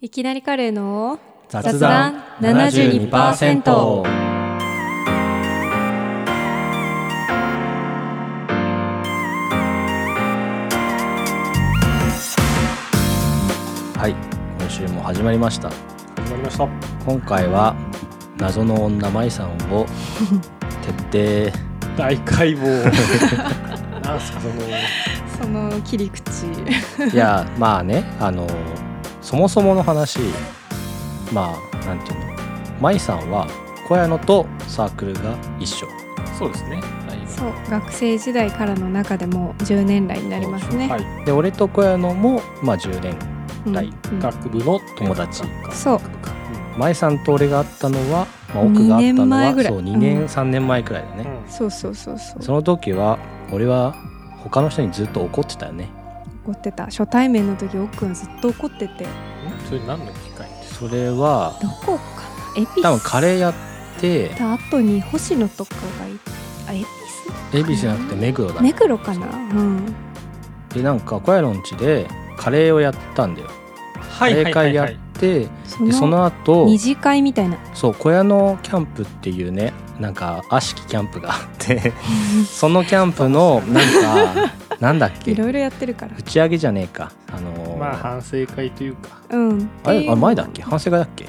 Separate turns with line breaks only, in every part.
いきなりカレーの
雑談72%はい今週も始まりました
始まりました。
今回は謎の女舞さん を徹底
大解 剖。なんすかその。
その切り口
いやまあねあのそもそもの話まあなんていうの舞さんは小屋野とサークルが一緒
そうですね。
そう学生時代からの中でも10年来になりますね、
はい。
で俺と小屋野も、まあ、10年
うん
はい
うん
学部の
友達
そう
舞さんと俺が会ったのは、まあ、
二
奥が会
年
ったのは
前ぐらい
そう2年、
うん
3年前くらいだ
う
ね、
ん。
そうそうそうそう
その時は俺は他の人にずっと怒ってたよね
怒ってた初対面の時奥くんはずっと怒ってて
それ何の機会です
それは
どこかなエピス
多分カレー
ー
やって
た後に星野とかがいあエピ
恵比寿じゃなくて目黒だ
ス目黒かなうん
でなんか小屋のんちでカレーをやったんだよ
か。
カ
は
レー会やって
そ
でそ
の
の後
二次会みたいな
そう小屋のキャンプっていうねなんか悪しきキャンプがあってそのキャンプのなんかなんだっけ
いろいろやってるから
打ち上げじゃねえかあのー
まあ反省会というか。
うん
あれあれ前だっ
って
け
いう
反省会だっけ
あ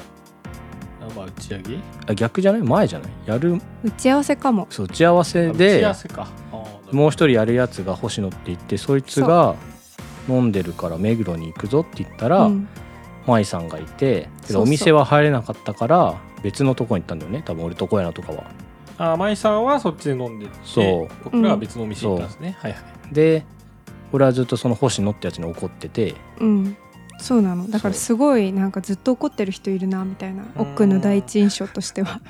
まあ打ち上げ。
あ逆じゃない前じゃないやる
打ち合わせかも
そう打ち合わせ
打ち合
で
わせか。あー
もう一人やるやつが星野って言ってそいつが飲んでるから目黒に行くぞって言ったら、
うん
舞さんがいて
そう
けど
そう
お店は入れなかったから別のとこに行ったんだよね多分俺と小屋のとかは。
あー、舞さんはそっちで飲んでて。
そう
僕らは別のお店行ったんですね。はいはい。
で俺はずっとその星野ってやつに怒ってて
うんそうなのだから
そう
すごいなんかずっと怒ってる人いるなみたいな奥の第一印象としては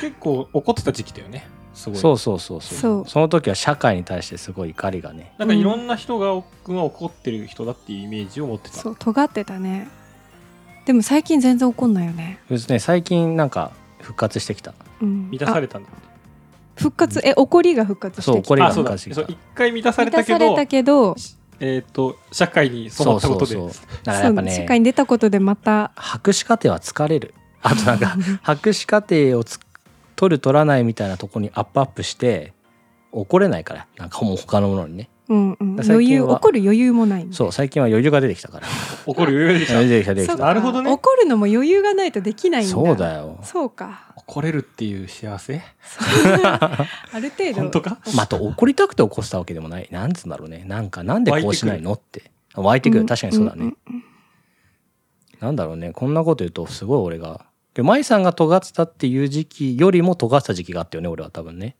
結構怒ってた時期だよね。すごい。
そうそうそうそう
そう
の時は社会に対してすごい怒りがね
なんかいろんな人が僕は怒ってる人だっていうイメージを持ってた。
そう尖ってたねでも最近全然怒んないよね、
別にね最近なんか復活してきた
うん、
満たさ
れ
れたんだ。
復活え怒りが復活してき
そう
た
怒りが
あ、そうだ。
昔
そ
か
う一回満たされ
満
た
た
け
さ
ど
れ、たけど
えっと社会に染まったことで。
そうそうそうだからやっぱ
そう
ね
社会に出たことでまた
博士課程は疲れるあとなん か博士課程をつ取る取らないみたいなとこにアップアップして怒れないからなんかもう他のものにね
うんうん
だから最
余
近
裕
は
怒る余裕もないの
そう最近は余裕が出てきたから
怒る余裕でした
余裕出てきた出て
そ
き
う
た
か
なるほどね
怒るのも余裕がないとできないんだ
そうだよ
そうか
怒れるっていう幸せ
そうある程度
本当か
まあ、あと怒りたくて起こしたわけでもないなんつうんだろうねなんかなんでこうしないのって湧いてく
う
る
ん
確かにそうだね、
んん
なんだろうねこんなこと言うとすごい俺がで舞さんが尖ってたっていう時期よりも尖ってた時期があったよね俺は多分ね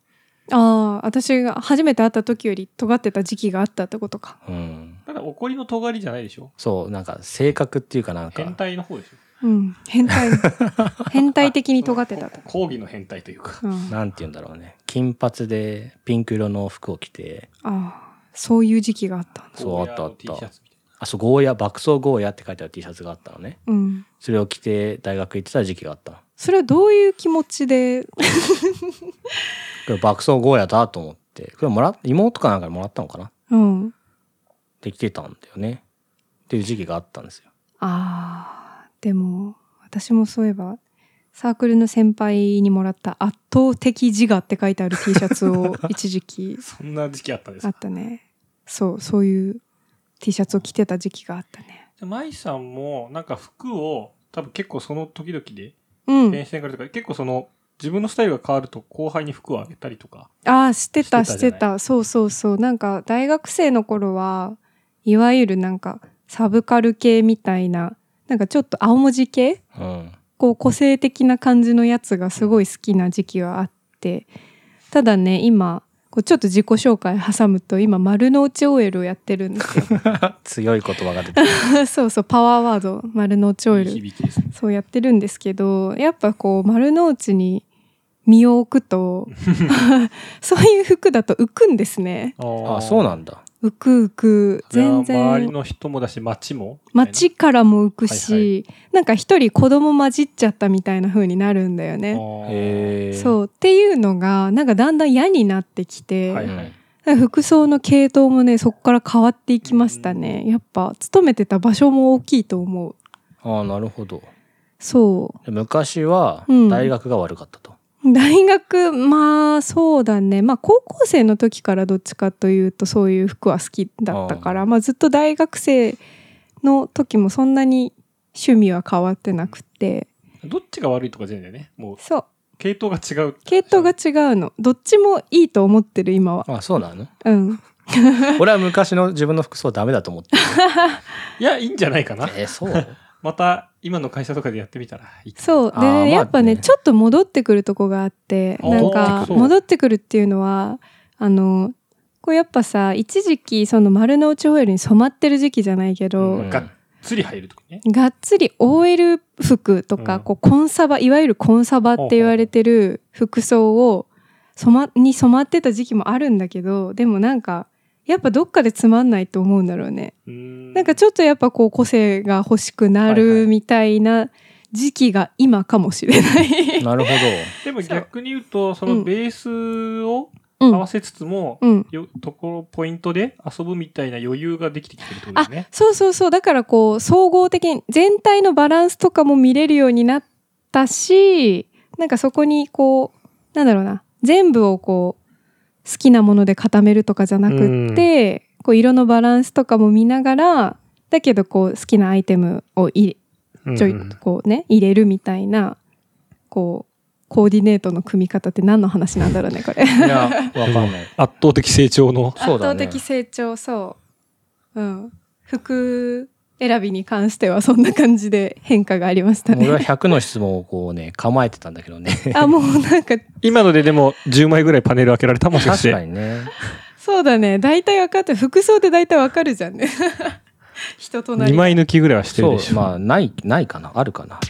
ああ私が初めて会った時より尖ってた時期があったってことか、
うん
ただ怒りの尖りじゃないでしょ
そうなんか性格っていうかなん
変
か
態の方でしょ
うん、変態変態的に尖ってたと、
抗議の変態というか
うん、あ
なんて言うんだろうね金髪でピンク色の服を着て
あそういう時期があったんだ
そうあったあった
ゴーヤの T シャツみたい
あそうゴーヤ爆走ゴーヤって書いてある T シャツがあったのね
うん
それを着て大学行ってた時期があった
それはどういう気持ちで
これ爆走ゴーヤだと思ってこれもらっ妹かなんかにもらったのかな
うん
できてたんだよねっていう時期があったんですよ。
ああでも私もそういえばサークルの先輩にもらった「圧倒的自我」って書いてある T シャツを一時期
なそんな時期あったんです
あ
か
ったねそうそういう T シャツを着てた時期があったね
で舞さんもなんか服を多分結構その時々で
うん
練習からとか結構その自分のスタイルが変わると後輩に服をあげたりとか
ああしてた
し
して
たじゃ
て
ない
たそうそうそうなんか大学生の頃はいわゆるなんかサブカル系みたいななんかちょっと青文字系
うん、
こう個性的な感じのやつがすごい好きな時期はあってただね今こうちょっと自己紹介挟むと今丸の内 OL をやってるんです よ
強い言葉が出てき
そうそうパワーワード丸の内
いい
OL
響きですね
そうやってるんですけどやっぱこう丸の内に身を置く と そういう服だと浮くんですね
た。あそうなんんだ。
浮く浮く全
周り
然
の人もだし街も
街からも浮くし、
はい
なんか一人子供混じっちゃったみたいな風になるんだよね。
え
へえ。う。
そうっていうのがなんかだんだん嫌になってきて、
はい
服装の系統もねそこから変わっていきましたね。やっぱ勤めてた場所も大きいと思う。
ああなるほど
そ
昔は
うん
大学が悪かったと、
う 大学まあそうだねまあ高校生の時からどっちかというとそういう服は好きだったから
あ
まあずっと大学生の時もそんなに趣味は変わってなくて
どっちが悪いとかじゃないんだよね。もう、
そう
系統が違う。
系統が違うのどっちもいいと思ってる今は
あそうなの
うん
俺は昔の自分の服装ダメだと思って
いや、いいんじゃないかな。
えーそう
また、今の会社とかでやってみたらいい。
そうで、
あーまあ
やっぱね
ね
ちょっと戻ってくるとこがあって
あ
なんか
戻ってくる
戻ってくるっていうのはあのこうやっぱさ一時期その丸の内ホイールに染まってる時期じゃないけど、
うん
がっつり入るときね。
がっつり OL 服とか、
うん
こうコンサバいわゆるコンサバって言われてる服装を染まに染まってた時期もあるんだけどでもなんかやっぱどっかでつまんないと思うんだろうね。
な
なんかちょっとやっぱこう個性が欲しくな
はいは
る
い
みたいな時期が今かもしれ ない。
なるほ
でも
そう
逆に言うと、そうの
ん
ベースを
う
合
ん
わせつつも、
うん、
よところポイントで遊ぶみたいな余裕ができてきてるってことで
あ
すね。
そうそうそうだからこう総合的に全体のバランスとかも見れるようになったしなんかそこにこうなんだろうな全部をこう好きなもので固めるとかじゃなくって、こう色のバランスとかも見ながらだけどこう好きなアイテムを入れちょい、こうね入れるみたいなこうコーディネートの組み方って何の話なんだろうねこれ。
どいやわかんない
圧倒的成長の。
そう
圧
だ
倒
ね
的成長そう、うん、服選びに関してはそんな感じで変化がありました
俺は
ね
100の質問をこうね構えてたんだけどね
あもうなんか
今のででも10枚ぐらいパネル開けられたもしかし
確か
て。
にね
そうだね大体分かって服装で大体分かるじゃんね 人となり
2枚抜きぐらいはしてる
そ
でし
う
ょ。
まあないないかなあるかな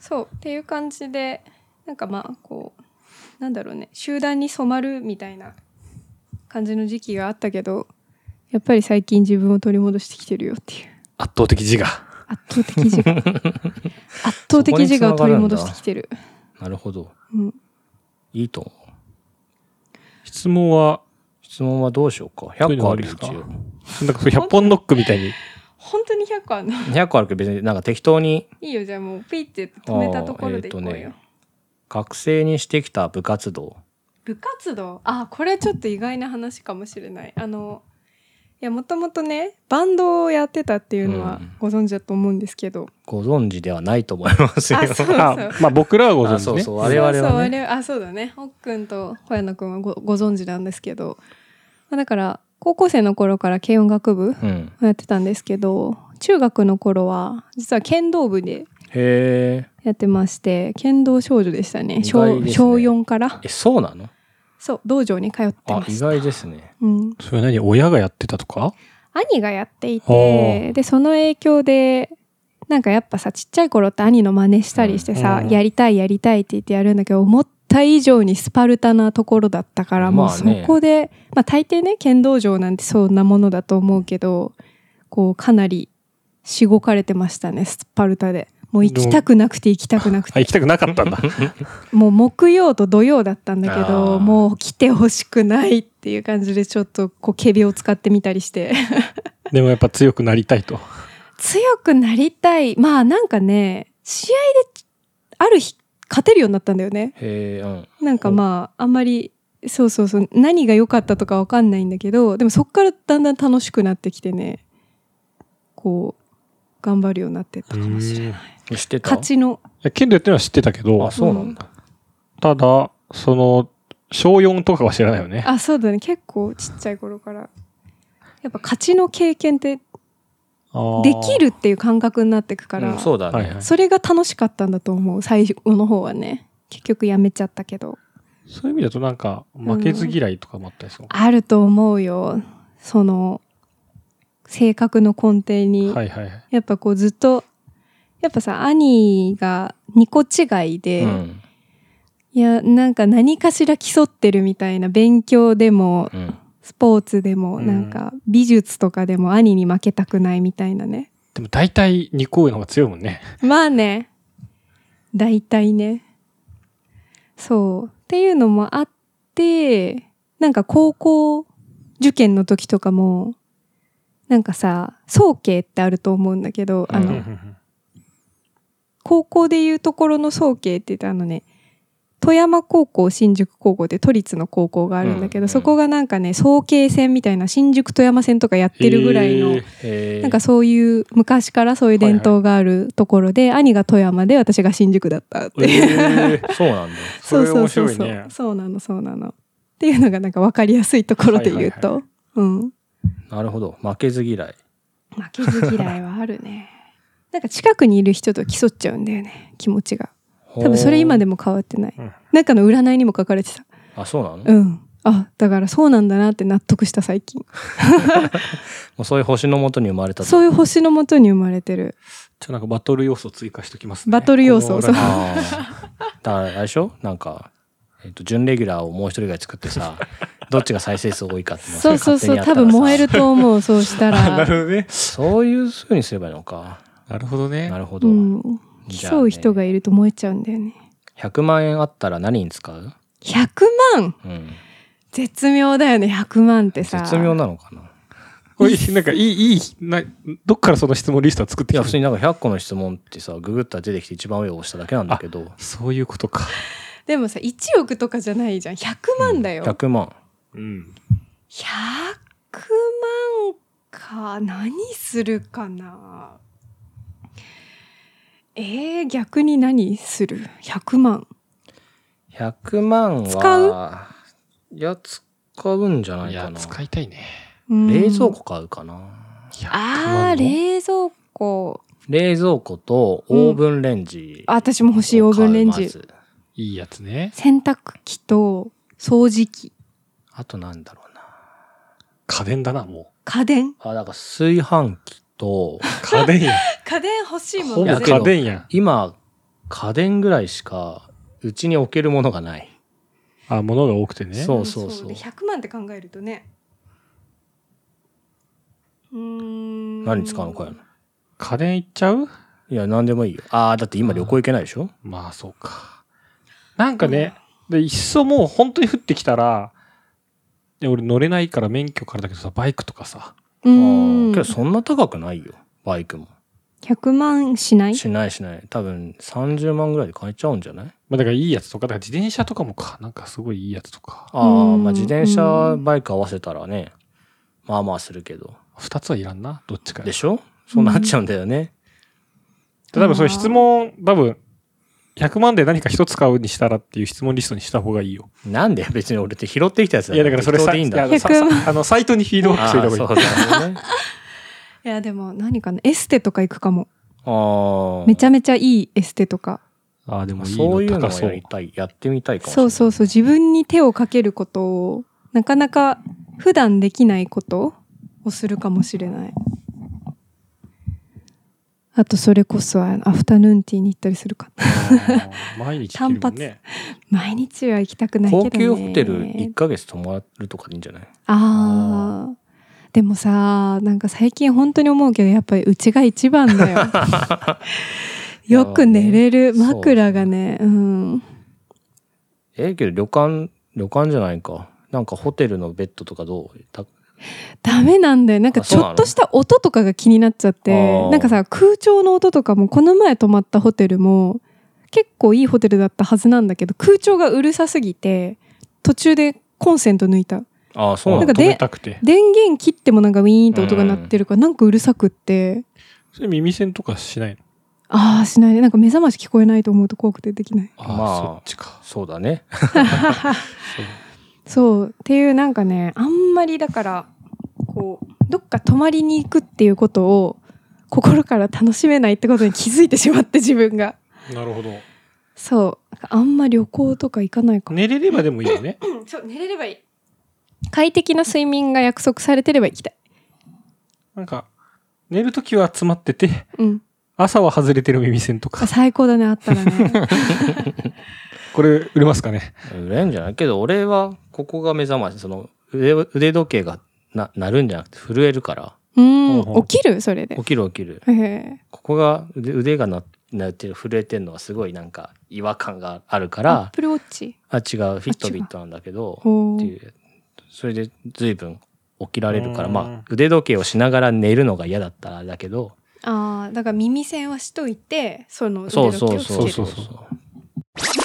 そうっていう感じでなんかまあこうなんだろうね集団に染まるみたいな感じの時期があったけどやっぱり最近自分を取り戻してきてるよっていう
圧倒的自我。
圧倒的自 我圧倒的自我を取り戻してきてる
なるほど
うん
いいと思う
質問は、
質問はどうしようか
そう
100
いうの
個
も
あ
あり
るよ
です
一応
かなんかそう100本ノックみたいに。
本当に100個あんの
200個あるけど別になんか適当に
いいよじゃあもうピッて止めたところでいこうよ、
あーえーとね学生にしてきた部活動
部活動あこれちょっと意外な話かもしれないあのいやもともとねバンドをやってたっていうのは
うん
ご存知だと思うんですけど、
ご存知ではないと思いますよ
あ そう
あまあ僕らはご存
あ
知
そ
ね。
うそう我々はね
そうそう我々あそうだねほっくんと小山くんはごご存知なんですけど、まあ、だから高校生の頃から軽音楽部
うん
をやってたんですけど中学の頃は実は剣道部で
へー
やってまして剣道少女でしたね
意外
小
ですね
小4から
えそうなの
そう道場に通って
あ
ま
意
した、
外ですね
うん、
それ何親がやってたとか
兄がやってい
ほ
てでその影響でなんかやっぱさちっちゃい頃って兄の真似したりしてさ、
うん
やりたいやりたいって言ってやるんだけど思った以上にスパルタなところだったから、
ま
もう
あ
そ
ね
こで、まあ、大抵ね剣道場なんてそんなものだと思うけどこうかなりしごかれてましたねスパルタで。もう行きたくなくて行きたくなくて
あ、行きたくなかった んだ。
もう木曜と土曜だったんだけ
あー
どもう来てほしくないっていう感じでちょっとこうケビを使ってみたりして
でもやっぱ強くなりたいと。
強くなりたいまあなんかね試合である日勝てるようになったんだよね
へえうん
なんかまああんまりそうそうそう何が良かったとかわかんないんだけどでもそっからだんだん楽しくなってきてねこう頑張るようになってったかもしれない
え知ってた
勝ちの
いや剣道やってるのは知ってたけど
あ、そうなんだ
ただ、その、小4とかは知らないよね。
あそうだね結構ちっちゃい頃からやっぱ勝ちの経験ってでき
る
るっていう感覚になってくから、
うんそうだ
はいは
ね
い
それが楽しかったんだと思う最後の方はね結局やめちゃったけど
そういう意味だとなんか、負けず嫌いとかもあったりそう。
あると思うよその性格の根底に、
はいはいはい。
やっぱこうずっとやっぱさ兄が2個違いで、
うん
いやなんか何かしら競ってるみたいな勉強でも
うん
スポーツでも、
うん
なんか美術とかでも兄に負けたくないみたいなね
でも大体2個上の方が強いもんね。
まあね大体ねそうっていうのもあってなんか高校受験の時とかもなんかさ早慶ってあると思うんだけど、あ
う
の
ん
高校でいうところの早慶って言ってあのね富山高校新宿高校って都立の高校があるんだけど、
うん
そこがなんかね早慶戦みたいな新宿富山線とかやってるぐらいの、
へー
へー
なんかそういう昔からそういう伝統があるところで、兄が富山で私が新宿だったっていう、
えー
そうなんだ。
それ
そう
面
そ
白
う
い
そう、
ね。
そうなのそうなのっていうのがなんか分かりやすいところで言うと、
は
うん
なるほど。負けず嫌い。
負けず嫌いはあるね なんか近くにいる人と競っちゃうんだよね気持ちが多分それ今で
も。
も変わってない、
うん
なんかの占いにも書かれてた
あ、そうなの、
う
も
んあだからそうなんだなって納得した最近
うそういう星のもとに生まれたと。
そういう星のもとに生まれてる
じゃあなんかバトル要素追加してきますね。
バトル要素
この裏に
あーだからあれでしょなんか、えっと、準レギュラーをもう一人ぐらい作って さ、どっちが再生数多いかっていのを
そうそうそう多分燃え。ると思うそうした
あ な
ら、
るほどね。
そういうふうにすればいいのか。
なるほどね
な。るほ
う
ど。
ん、
じゃあね
競う人がいると燃えちゃうんだよね
100万円あったら何に使う
100万
うん。
絶妙だよね100万ってさ
絶妙なのかな。
これなんかいい、いい、などっからその質問リストは作って
い
き
や、
た
普通になんか100個の質問ってさ、ググったら出てきて一番上を押しただけなんだけど。
そういうことか。
でもさ1億とかじゃないじゃん100万だよ、
100万。
うん。
100万か何するかなえー、逆に何する100万
100万は、
使
いや、使うんじゃないいか
や、
な。
使いたいね。
うん
冷蔵庫買うかな。
あー冷蔵庫
冷蔵庫とオーブンレンジ
あ
を買う。
私も欲しいオーブンレン
ま
ジ
ず。
いいやつね。
洗濯機と掃除機
あとなんだろうな。
家電だな、も
家電
あ、なんか炊飯器と、
う。家電や。
家電欲しいも
ほ
ん
ぼ
ね
やけど
家電や。
今、家電ぐらいしか、うちに置けるものがない。
あ、物が多くてね。
そうそうそう
で100万って考えるとねうーん
何使うのかやな。
家電いっちゃう
いや、なんでもいいよ。ああ、だって今旅行行けないでしょ
まあ、そうか。なんかね、で、いっそもう本当に降ってきたら、で俺乗れないから免許からだけどさ、バイクとかさ。
うーん
あーけどそんな高くないよ。バイクも。
100万しない
しないしない。多分30万ぐらいで買えちゃうんじゃない
まあだからいいやつとか、だから自転車とかもか、なんかすごいいいやつとか。
ああ、
うん
まあ自転
う
車、
ん
バイク合わせたらね、まあまあするけど。
二つはいらんな、どっちかや
でしょそうなっちゃうんだよね。
多分それ質問、多分、100万で何か一つ買うにしたらっていう質問リストにした方がいいよ。
なんで 別に俺って拾ってきたやつ
いやだからそれ
適当
さ、
でいいんだ。
いやさ
100万
さあの、サイトにフィードバックしとい
あ
た
あ、
方
そうだ
がいい。
よね。
いやでも何かなエステとか行くかも
ああ。
めちゃめちゃいいエステとか
ああ、でもいい
そういう
の
の
高
を
そ
や
う
り。たい、やってみたいかもしれ
そ
な
う
い。
そうそう自分に手をかけることをなかなか普段できないことをするかもしれないあとそれこそあアフタヌーンティーに行ったりするかな
あー毎日行けるもんね。
毎日は行きたくないけどね
高級ホテル1ヶ月泊まるとかでいいんじゃない
ああでもさなんか最近本当に思うけどやっぱりうちが一番だ よ よく寝れる
いやね
枕がねうん
ええけど旅館、旅館じゃないか。なんかホテルのベッドとかどうた
ダメなんだよなんか
あ
ち
そうな
ょ
の
っとした音とかが気になっちゃっ
あ
て
ー
なんかさ空調の音とかもこの前泊まったホテルも結構いいホテルだったはずなんだけど空調がうるさすぎて途中でコンセント抜いた
ああ、そう
そ
な
な
う
んん
だ
か。
止
で
めたくて。
電源切ってもなんかウィーンって音が鳴ってるから、なんかうるさくって
それ耳栓とかしないの
ああしないねなんか目覚まし聞こえないと思うと怖くてできない
あ、
まあ
あ、そっちか。
そうだね。
そうっていうなんかねあんまりだからこうどっか泊まりに行くっていうことを心から楽しめないってことに気づいてしまって自分が
なるほど。
そうあんま旅行とか行かないかも、
寝れればでもいいよね。
うんそう寝れればいい快適な睡眠が約束されてれば行きたい
なんか、寝るときは詰まってて、
うん
朝は外れてる耳栓とか。
最高だねあったら ね
これ、売れますかね。
売れんじゃないけど、俺は、ここが目覚まし、その、腕、腕時計がな、なるんじゃなくて、震えるから、
うん
ほうほう
起きるそれで
起きる起きる。
へえ
ここが、腕腕がな、なってる、震えてんのがすごいなんか、違和感があるか
アッ
ら、
プルウォッチ
あ、違う、フィットビットなんだけど、
ほ
っ
う
ていう。それで、随分、起きられるから、
うん
まあ、腕時計をしながら寝るのが嫌だったらだけど、
ああだから耳栓はしといてその腕
そう
時
そ
計を
う
つける
そうそうう
そう
そう。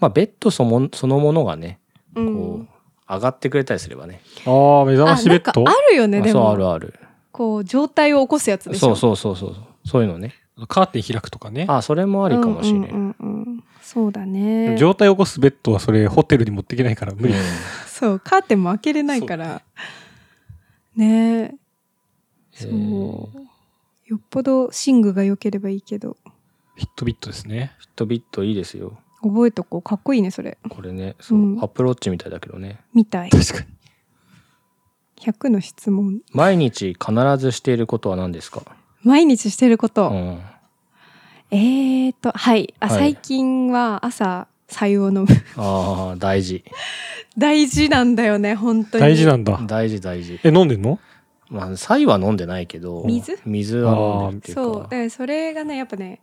まあ、ベッドそのもそのものがね、
う
こう、
ん、
上がってくれたりすればね。
ああ、目覚ま
あ
し
な
ベ
ん
ッ
か
ド
あるよね
あ
で
そうあ
も
るある。
こう状態を起こすやつでし
そ
ょ
うそうそうそうそう。そういうのね。
カーテン開くとかね。
あ、それもありかもしれ
うん
な
う
い。
んうんうんそうだね
状態を起こすベッドはそれホテルに持っていけないから無理。
そうカーテンも開けれないからねえ
へ
そ
え
うよっぽど寝具が良ければいいけど
ヒットビットですね。
フィットビットいいですよ。
覚えとこうかっこいいねそれ
これね、そう、
うん
アプローチみたいだけどね。
みたい
確かに。
100の質問
毎日必ずしていることは何ですか。
毎日してるこ
う
と、
ん。
えーとはいあ、
はい
最近は朝白湯を飲む
ああ、大事。
大事なんだよね本当に
大事なんだ。
大事大事。
え、飲んでんの
まあ、サイは飲んでないけど。
水
水は飲んでるっていうか。
そうだからそれがねやっぱね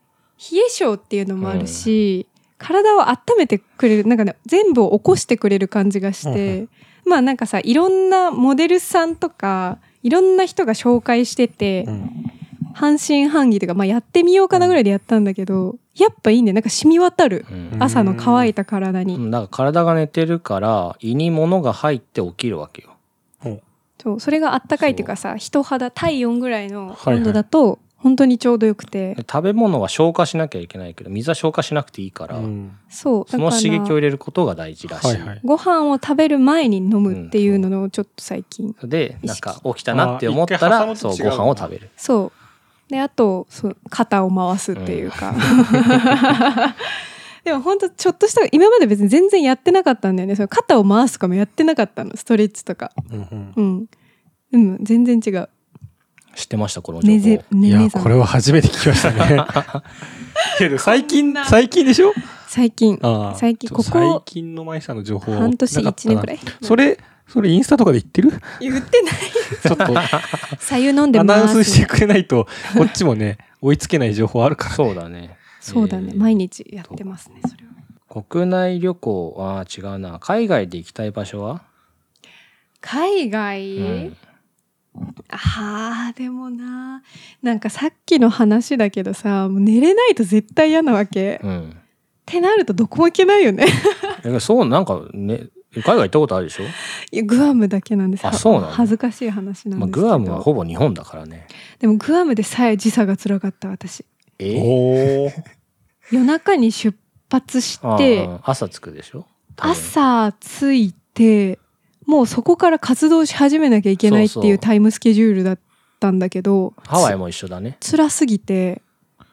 冷え性っていうのもあるし、体を温めてくれるなんかね全部を起こしてくれる感じがして、まあなんかさいろんなモデルさんとかいろんな人が紹介してて、
うん。
半信半疑というか、まあ、やってみようかなぐらいでやったんだけど、やっぱいいねなんか染み渡る、
うん。
朝の乾いた体に、
うん、だから体が寝てるから胃に物が入って起きるわけよ。
そうそれがあったかいっていうかさ人肌体温ぐらいの
はいはい
温度だと本当にちょうどよくて、
で食べ物は消化しなきゃいけないけど水は消化しなくていいから、
うん
そうだ
そ
か
の
ら
刺激を入れることが大事らしい。
はいはい。
ご飯を食べる前に飲むっていうのをちょっと最近、
で
意
なん
識
か起きたなって思った
あー
ら
一
そ
回挟
うご
むと違う
飯を食べる。
そうであとそう肩を回すっていうか、 でも本当ちょっとした今まで別に全然やってなかったんだよねその肩を回すとかもやってなかったのストレッチとか
うん
うんうん全然違う
知ってましたこの情
ね
報
ぜ。
うん。い
ね
や、
ねさ
これ
ん
は初めて聞きましたね。 けど最
こん
近
な、
最近でしょ
最近
ああ
最近
ちょっと
ここ
最近の舞さんの情報
半年1年くら
い。
い
それ、それインスタとかで言っ てる
言ってない
ちょっと ア
左右飲んで
ナ
ま
ウンス
す
してくれないと、こっちも ね、追いつけない情報あるから。
そうだね。
そうだね、
えー
毎日やってますねそれは
国内旅行は違うな海外で行きたい場所は、
海外、
うん
あーでもななんかさっきの話だけどさもう寝れないと絶対嫌なわけ、っ
うん
てなるとどこも行けないよね
えそうなんかね海外行ったことあるでしょ、
いやグアムだけなんです
あそうなの
恥ずかしい話なん
まあ、
ですけど、
グアムはほぼ日本だからね。
でもグアムでさえ時差がつらかった私
え
おお。
夜中に出発し
あ
て
ー朝着くでしょ多分
朝着いてもうそこから活動し始めなきゃいけないって
そう
い
そう
うタイムスケジュールだったんだけど
ハワイも一緒だね。
つ辛すぎて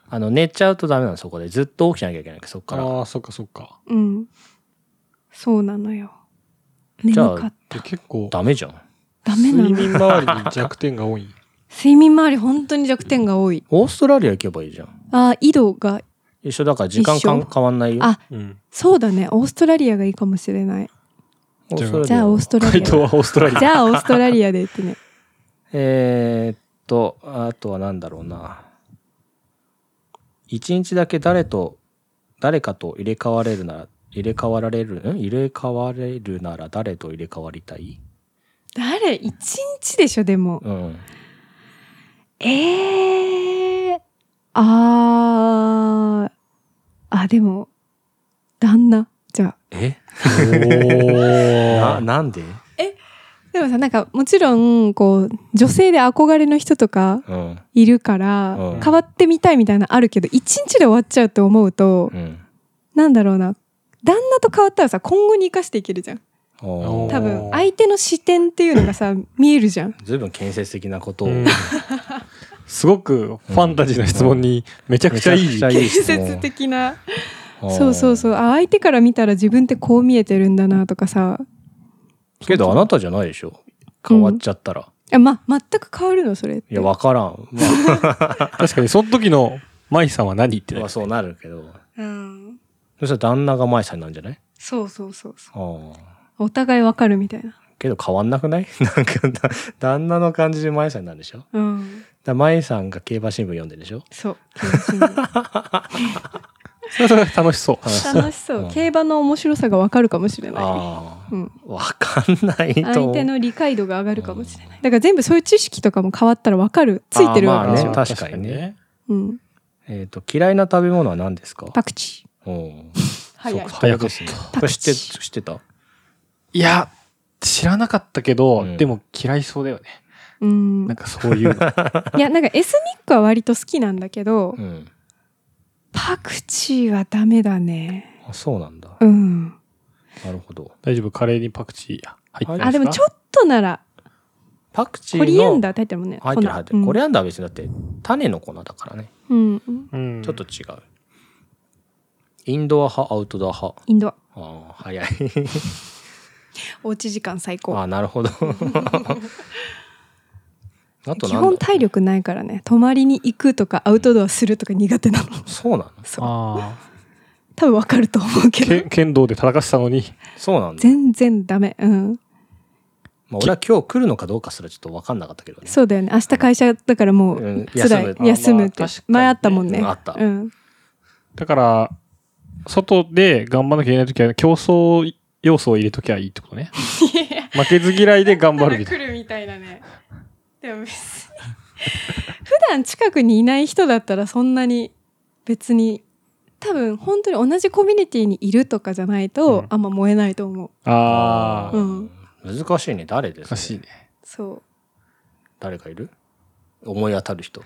あの寝ちゃうとダメなのそこでずっと起きなきゃいけないからそこから
ああ、そっかそっか。
うんそうなのよ眠
じゃあ
かった
で結構、
ダメじゃん
ダメな
睡
の
眠周りに弱点が多い。
睡眠周り本当に弱点が多い
オーストラリア行けばいいじゃん
あー井戸が
一緒だから時間
一緒
かん変わんないよ
あ
うん。
そうだねオーストラリアがいいかもしれない
オーストラリア
じゃあオーストラリ
回答
ア
はオーストラリア。
じゃあオーストラリアで行ってね
えーっとあとはなんだろうな一日だけ誰と誰かと入れ替われるなら入れ替わられるん入れ替われるなら誰と入れ替わりたい
誰一日でしょでも
うん
ええー、あーあでも旦那じゃあ
えな
おお。
なんで
でもさなんかもちろんこう女性で憧れの人とか
うん
いるから、
うん
変わってみたいみたいなのあるけど一日で終わっちゃうと思うと、
うん
なんだろうな旦那と変わったらさ今後に生かしていけるじゃん
お
多
ー
分相手の視点っていうのがさ見えるじゃん
ずいぶん建設的なことを、
うんすごくファンタジーな質問にめちゃくちゃいい。
めちゃくちゃい
建
い質 問
設的な
あー
そうそうそうあ相手から見たら自分ってこう見えてるんだなとかさ
けどあなたじゃないでしょ変わっちゃったら、
あま全く変わるのそれって
いや分からん、ま
確かにその時の舞さんは何言って
あ、
た
ま
の
あそうなるけど
うん
そしたら旦那が舞さんなんじゃない
そうそうそうそう
あー
お互いわかるみたいな
けど変わんなくない なんかだ旦那の感じで舞さんなんでしょだか
うん
ら舞さんが競馬新聞読んでるでしょ
そう競馬新聞
それはそれで楽しそう。
楽しそう
楽しそううん競馬の面白さがわかるかもしれな
あ
い、うん、
あ、わかんないと思
相
う。
手の理解度が上がるかもしれないだから全部そういう知識とかも変わったらわかるついてるわけでしょ、
あーまあね確かにね。
うん、
えっと、嫌いな食べ物は何ですか
パクチー
うん。
早い
即答
早かっ
ですね
た。
パ
こ
ク
れ
チー
知って、知ってた
いや、知らなかったけど、
うん
でも嫌いそうだよね。
うん
なんかそ ういうの。
いやなんかエスニックは割と好きなんだけど、
うん。
パクチーはダメだね
あ、そうなんだ。
うん
なるほど。
大丈夫カレーにパクチー入って
ど
な
あ
い
ですも
か
ちょっとなら
パクチー
コ
の。
リアンダーって入ってるもんね
入ってる
粉
入ってる。コリアンダーは別にだって種の粉だからね。
うん、うん、
うん
ちょっと違う。インドア派、アウトドア派。
インドア
ああ、早い。
おうち時間最
あ
高
あ、な るほど。あと
基
なんだ
本体力ないからね泊まりに行くとかアウトドアするとか苦手なの
そうなの
そう
ああ。
多分わかると思うけ
け
ど
剣道で戦ってたのに。
そうなんだ。
全然ダメうん
まあ、俺は今日来るのかどうかすらちょっと分かんなかったけどね。
そうだよね明日会社だからも
う
うん辛い
休む
休むって
あまあ確かにね
前あったもんね
うんあった
うん
だから、外で頑張らなきゃいけないときは、競争要素を入れときゃいいってこ とね。負けず嫌いで頑張るみたいな。
来るみたいなねでも別に普段近くにいない人だったらそんなに別に多分本当に同じコミュニティにいるとかじゃないと、
うん
あんま燃えないと思う
あ
う
あ、
ん
難しいね。誰です
難
か、
しいね。
そう
誰かいる思い当たる人。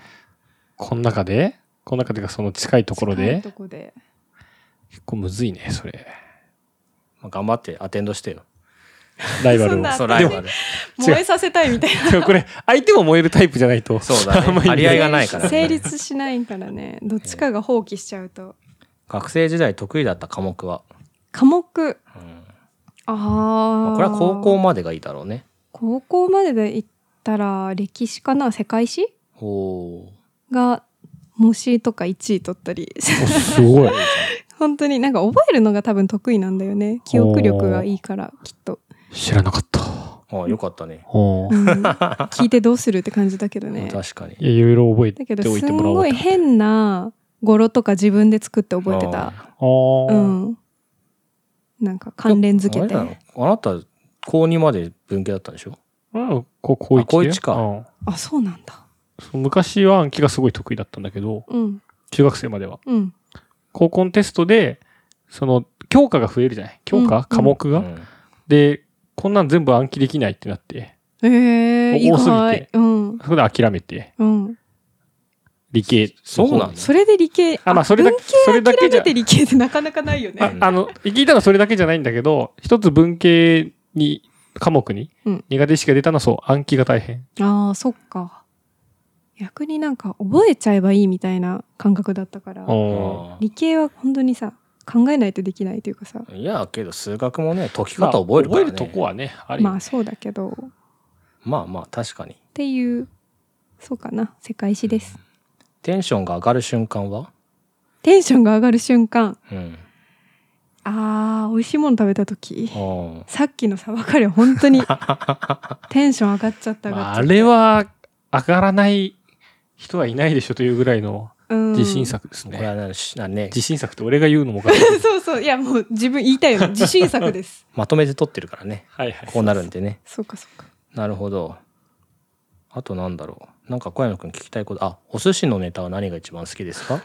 この中でこの中でかその近いところ
近い
で
とこで
結構むずいね、それ。
まあ、頑張ってアテンドしてよ。
ライバル
そん
を
な。
そう、ライバル。
燃えさせたいみ たいな
でもこれ、相手も燃えるタイプじゃないと。
そうだね
あんまり
張り合いがないからね
成立しないからねどっちかが放棄しちゃうと
学生時代得意だった科目は。
科目
うん
あ、
ま
あ
あ、これは高校までがいいだろうね。
高校までで行ったら歴史かな世界史
おお
が模試とか1位取ったり
おすごい。
本当になんか覚えるのが多分得意なんだよね記憶力がいいからきっと、
知らなかった。
ー。ああ、よかったね。
お
う
ー
ん聞いてどうするって感じだけどね
確かに。
いや、いろいろ覚え
だ
て
けど
おい
す
て
ん
もらおう
ごい変な語呂とか自分で作って覚えてた
あ
お
う
ー
んなんか関連付けて
あれなのあなた、高2まで文系だったんでしょ
うん。こ高一
あ高一か
うん
あそうなんだ
そう昔は暗記がすごい得意だったんだけど、
うん
中学生までは。
うん
高校のテストで、その、教科が増えるじゃない教科、
うん
科目
う
が、
ん。
で、こんなん全部暗記できないってなって、
えー、意
多すぎて
外うん
そこで諦めて、
うん
理系。
そうなんだ
それで理系
あまあそれだ
文
それだ
系
けじ
諦め
ゃ
て理系ってなかなかないよね
ああの、聞いたのはそれだけじゃないんだけど、一つ文系に、科目に
うん、
苦手意識が出たのはそう、暗記が大変。
ああそっか逆になんか覚えちゃえばいいみたいな感覚だったから
おー
あ
理系は本当にさ考えないとできないというかさ
ーいや、けど数学もね、解き方覚えるからね。
まあ覚えるとこはね、あり。
まあそうだけどっ
まあまあ、確かに。
ていうそうかな世界史です
テンションが上がる瞬間は
テンションが上がる瞬間
うん。
あー美味しいもの食べた時
あー
さっきのさばかりは本当 にテンション上がっちゃった
まあ
が
あれは、上がらない人はいないでしょというぐらいの自信作です
こ
ね。
れはねしなね、
自信作って俺が言うのもおかしい。
そうそういやもう自分言いたいよね自信作です
まとめて取ってるからね。
はいはい。
こうなるんでね。
そうかそうか
なるほど。あとなんだろう。なんか小山くん聞きたいこと。あ、お寿司のネタは何が一番好きです か
こ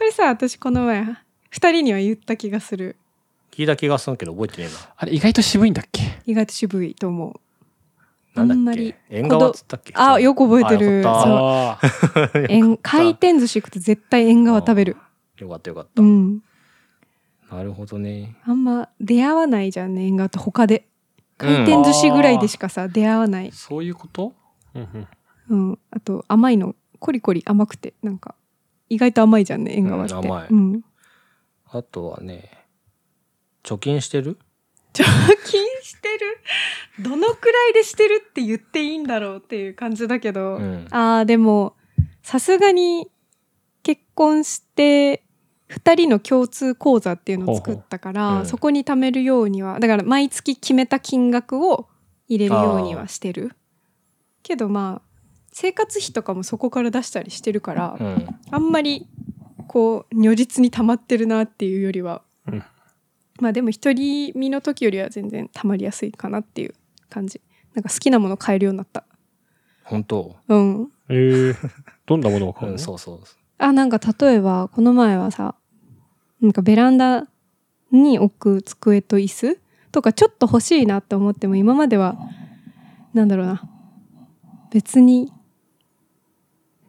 れさ私この前二人には言った気がする
聞いた気がするけど覚えてね
あれ意外と渋いんだっけ
意外と渋いと 思う
えな。
あん
なんだ
ま
っ
り
け縁側っつったっけ
あよく覚えてる
あよかっ
ああ。
た
えん回転寿司行くと絶対縁側食べる
よかったよかっ
う
た。
ん
なるほどね。
あんま出会わないじゃんね縁側と他で
うん
回転寿司ぐらいでしかさ、出会わない
そういうことうんうん。
うんあと甘いのコリコリ甘くてなんか意外と甘いじゃんね縁側って、
うん甘い
うん、
あとはね、貯金してる
貯金してるどのくらいでしてるって言っていいんだろうっていう感じだけど、
うん。
あーでもさすがに結婚して2人の共通口座っていうのを作ったから
ほうほううん
そこに貯めるようにはだから毎月決めた金額を入れるようにはしてるけどまあ生活費とかもそこから出したりしてるから、
うん。
あんまりこう如実に溜まってるなっていうよりは、
うん
まあでも一人身の時よりは全然溜まりやすいかなっていう感じなんか好きなもの買えるようになった
本当
うん
えー、 どんなものを
う
買うの、
ん、そうそう。
あなんか例えばこの前はさなんかベランダに置く机と椅子とかちょっと欲しいなって思っても今まではなんだろうな別に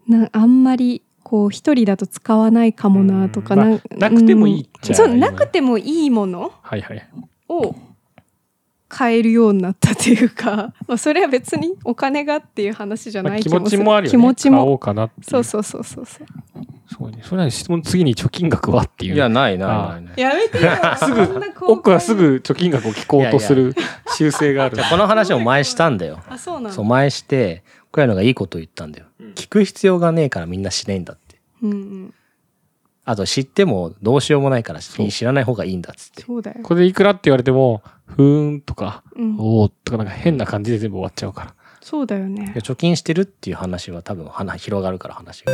なあんまりこう一人だと使わないかもなとか
うんまあ
ん
なくてもいいっちゃ
うんそう
今
なくてもいいもの
はいはい。
を買えるようになったというか、 まあ、それは別にお金がっていう話じゃ
ま
な
あ
い気
気持
もす
ち
る、
もあるよね。
気持ち
買
も
おうかなっていう。
そうそうそうそうそう
そうね。それは質問次に貯金額はっていう。
いや、ない
あ
な
あ
いないない。
やめてよ。
す
そんな
ぐ、
公開
奥はす。ぐ貯金額を聞こうとする習性がある。
じゃあこの話を前したんだよ。
あ、そうな
そう、
の。
前して、小のがいいこと言ったんだよ。聞く必要がねえからみんなしないんだって。
うんうん。
あと知ってもどうしようもないから
そう
知らない方がいいんだっつって。
そうだよ。
これでいくらって言われても、ふーんとか、
うん。
おーとかなんか変な感じで全部終わっちゃうから。
そうだよね
いや。貯金してるっていう話は多分花広がるから話が。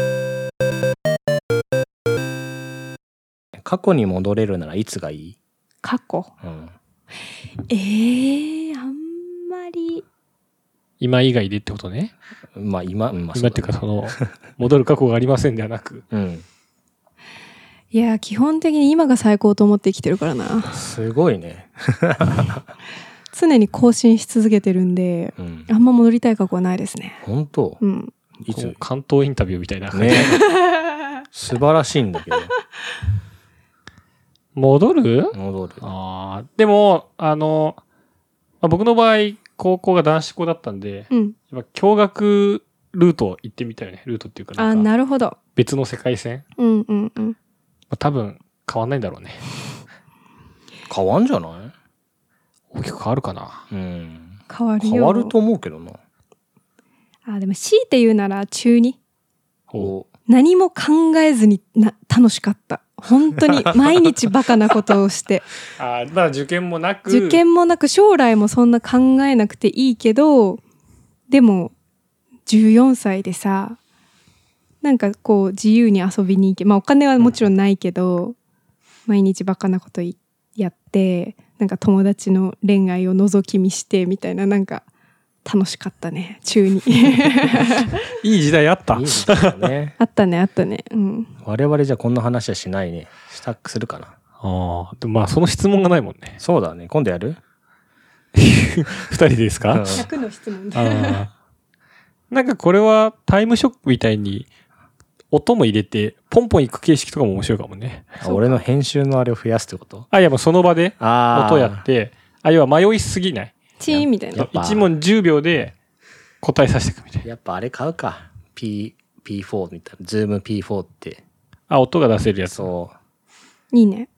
過去に戻れるならいつがいい、
過去。
うん、
ええあんまり。
今以外でってことね。
まあ今、うんまあ
今っていうか、その、戻る過去がありませんではなく。
うん。
いや、基本的に今が最高と思って生きてるからな。
すごいね。
常に更新し続けてるんで、
うん。
あんま戻りたい過去はないですね。
本当
うん。
いつ
こう関東インタビューみたいな感じ。
ね 素晴らしいんだけど。
戻る
戻る。
ああ、でも、あの、まあ、僕の場合、高校が男子校だったんで、
うん。
やっぱ驚学ルート行ってみたよね。ルートっていうかな
あ、
んか、
なるほど。
別の世界線。
うんうんうん。
まあ、多分、変わんないんだろうね。
変わんじゃな
大きく変わるかな。
いうん。
変わるよ。
変わると。思うけどな。
あ、でも強いて言うなら中二。
お
こ
何も考えずにな楽しかった。本当に毎日バカなことをして。
ああ、まだ受験もなく。
受験もなく将来もそんな考えなくていいけどでも14歳でさなんかこう自由に遊びに行けまあお金はもちろんないけど、毎日バカなこといやってなんか友達の恋愛を覗き見してみたいななんか楽しかったね中に
いい時代あった
ういい時代だね
。あったねあったねうん
我々じゃこんな話はしないね。したくするかな。
ああ、でもまあその質問がないもん ね。
そうだね。今度や る
二人です
う
か、
ん
100の質問だ
あーなんかこれはタイムショックみたいに音も入れてポンポンいく形式とかも面白いかもね。
あ俺の編集のあれを増やすってこと
あ、いやもうその場で
ああ。
音やって、あ要は迷いすぎない。
チーンみたい
や
な
っぱ
一問10秒で答えさせていくみたいな。
やっぱあれ買うか。P、P4 みたいな。ズーム P4 って。
あ、音が出せるやつ。
そ
いいね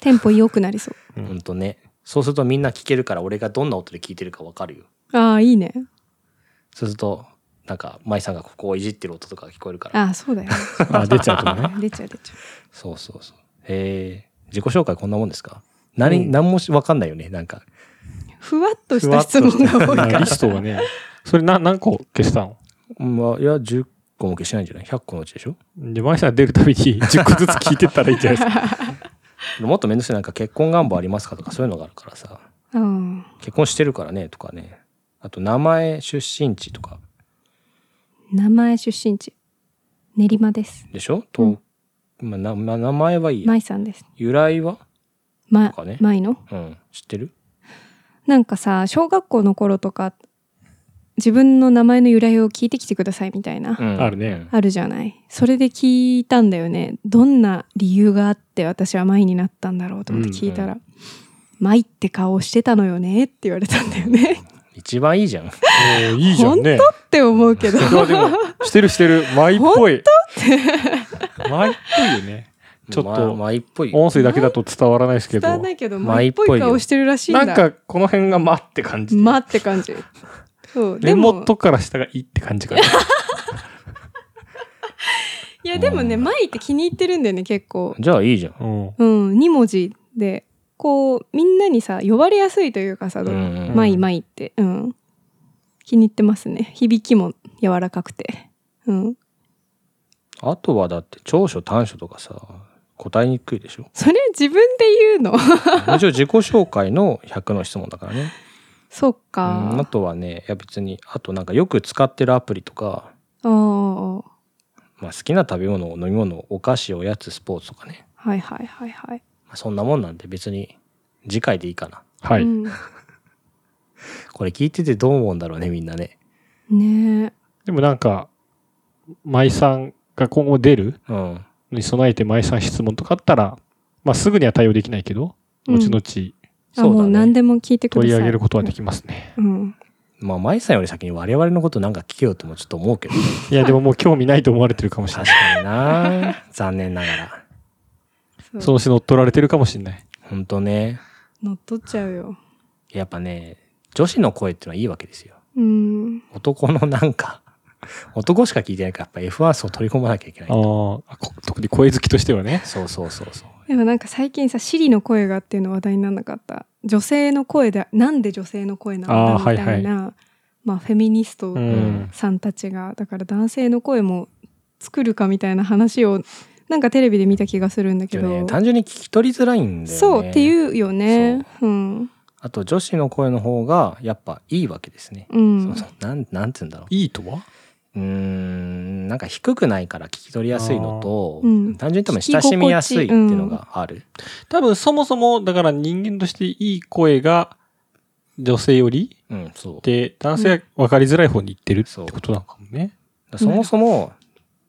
テンポ良くなりそう
う。
うん
ほんとね。そうするとみんな聞けるから俺がどんな音で聞いてるかわかるよ。
ああいいね
そうすると、なんか、舞さんがここをいじってる音とかが聞こえるから。
ああそうだよね
あ出ちゃうと かね。
出ちゃう出ちゃう
そうそうそう。へえ。自己紹介こんなもんですか何、
うん
何もしわかんないよね。なんか。
ふわっとした質問が多いか
あ
ら
リストがね。それな何個消したの
まあ、いや、10個も消してないんじゃない ?100 個のうちでしょ
で、前さん出るたびに10個ずつ聞いてったらいいんじゃないですか。
もっと面倒くさいなんか結婚願望ありますかとかそういうのがあるからさ。
うん
結婚してるからねとかね。あと、名前、出身地とか。
名前出身地練馬です
でしょと、まあなまあ、名前はいいや。
舞さんです
由来は
ま
とかね
舞の
うん。知ってる
なんかさ小学校の頃とか自分の名前の由来を聞いてきてくださいみたいな、
うん
あるね。
あるじゃないそれで聞いたんだよねどんな理由があって私は舞になったんだろうと思って聞いたら「
う
舞って顔してたのよね」って言われたんだよね
一番いいじゃん。
おーいいじゃんね。
って思うけど
いやでもしてるしてる舞っぽい舞っぽいよねちょっと
まあ、まあ、いっぽい。
音声だけだと伝わらないですけ
伝
ど
わん
な
ないけど舞
舞
っ
っ
ぽ
ぽい
い
よ
顔してるらしいんだ
んかこの辺が「ま」って感じで
まって感じ。そう。
根
でも、
元から下が「い」って感じかな
いやでもね、舞って気に入ってるんだよね、結構。
じゃあいいじゃん。
うん
うん、2文字で、こう、みんなにさ、呼ばれやすいというかさ、
うんうん
まあ
舞舞って、うん。気に入ってますね。響きも柔らかくて。うん。。
あとはだって長所短所とかさ、答えにくいでしょ
それ自分で言うの
一応自己紹介の100の質問だからね。
そっ
う
か、
んあとはね、いや別に、あとなんかよく使ってるアプリとか、
ああ
まあ、好きな食べ物、飲み物、お菓子、おやつ、スポーツとかね。
はいはいはいはい、
まあそんなもんなんで別に次回でいいかな。
はい。
うん
これ聞いててどう思うんだろうね、みんなね。
ねえ
でもなんか、舞さんが今後出る
うん。
のに備えて舞さん質問とかあったら、まあすぐには対応できないけど、
うん
後々
あ
そうだね
もう何でも聞いてくださ
取
い
り上げることはできますね。
うん、
まあ、舞さんより先に我々のことなんか聞けようともちょっと思 うけどね。
いや、でももう興味ないと思われてるかもしれ
確
ない。
かにな残念ながら。
そう
そのうち乗っ取られてるかもしれない。
ほんとね。
乗っ取っちゃうよ
やっぱね、女子の声ってのはいいわけですよ。
うん
男のなんか、男しか聞いてないからやっぱ F1 層を取り込まなきゃいけない
あ。ーあ、こ特に声好きとしてはね。
そうそうそうそう。
でもなんか最近さ「シリの声が」っていうの話題にならなかった女性の声でなんで女性の声なんだ
あー
みたいな、まあ、フェミニスト
うん。
さんたちが、だから男性の声も作るかみたいな話をなんかテレビで見た気がするんだけ
け
ど、
どね、単純に聞き取りづらいんだよね。
そうっていうよねうん
あと女子の声の方がやっぱいいわけですね。
うん
そうそうなんなんて言うんだろ
いいとは
う。うーんなんか低くないから聞き取りやすいのと、
あーうん
単純に多分親しみやすいっていうのがある。
多分そもそも、だから人間としていい声が女性より
うん、そう。
で、男性は分かりづらい方に行ってるってことなのかもね。
そもそも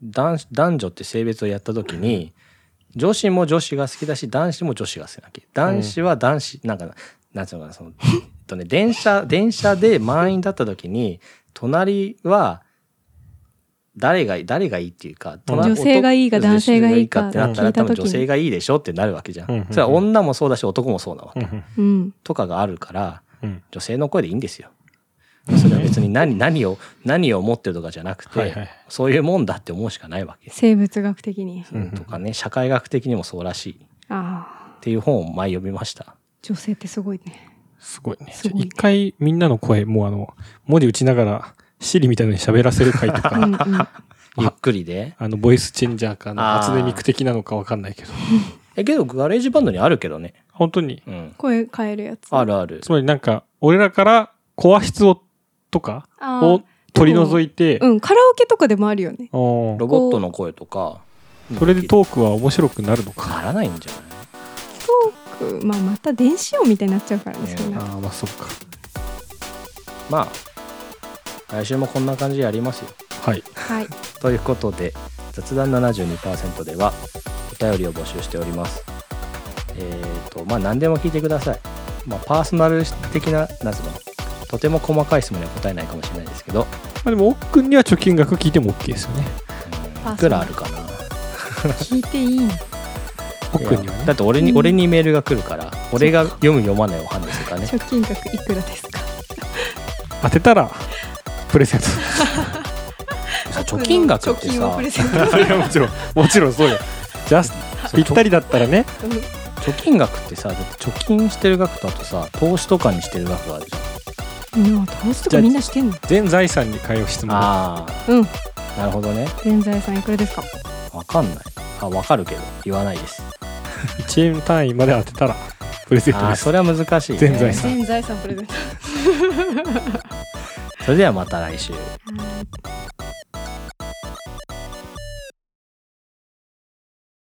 男子男女って性別をやった時に女子も女子が好きだし男子も女子が好きなわけ男子は男子、なんかなんていうのかなそのえっとね電車電車で満員だった時に隣は誰が誰がいいっていうか隣
女性がいいか
男
男性がいいか
女性がいいかってなっ
聞
た
い
ら
た
多
時に
分女性がいいでしょってなるわけじゃん、
うんうんうん
それは女もそうだし男もそうなわけ、
うん
うん
とかがあるから
うん。
女性の声でいいんですよ。それは別に何何を何を持ってるとかじゃなくて、
はいはい
そういうもんだって思うしかないわけです。
生物学的に
うん
とかね社会学的にもそうらしいっ
ああ
ていう本を前読みました。
女性ってすごいね
すごいね。
す
じゃ
ごい
あ
ね
一回みんなの声、もうあの、文字打ちながら、シリみたいなのに喋らせる回と
うんう
か、
ん
ゆっくりで。
あの、ボイスチェンジャーか、
あー
初音ミク的なのか分かんないけど。
えけどガレージバンドにあるけどね。
本当に。
うん。
声変えるやつ
あるある
つ。まりなんか、俺らから、声質を、とか、
あー
を取り除いて、
うんカラオケとかでもあるよね
おー
ロボットの声とか。
それでトークは面白くなるのか。
ならないんじゃない
トーク、まあ、また電子音みたいになっちゃうからね、
ね
そん
あ
な
あ、まあそっか。
まあ来週もこんな感じでやりますよ。
はい。
はい
ということで雑談72%ではお便りを募集しておりますえっ、とまあ何でも聞いてください、まあ、パーソナル的ななんつうのとても細かい質問には答えないかもしれないですけど
まあでも、奥君には貯金額聞いても OK ですよ
う
ね。
んい
パーソ
く
ナ
ら
ル
あるかな
聞いていいの
奥君にはい
や
ね
だ。って俺に、
うん
俺にメールが来るから俺が読む読まないを判断す るからね
貯金額いくらですか
当てたら、プレゼント。
さ貯金額って
貯金を
さ
プレゼント
それはもちろん、もちろんそうよ。 ジャス
そう
ぴったりだったらね。
貯金額ってさだって貯金してる額とあとさ投資とかにしてる額があるじゃん
うん投資とかみんなしてんの
全財産に変えよう質問。
あ
うん
あなるほどね
全財産いくらですか
わかんないあわかるけど言わないです
1円単位まで当てたら、プレゼント
あ
で
ー
す
そ。れは難しい、ね、
全財産
全財産プレゼント
それではまた来週。
はい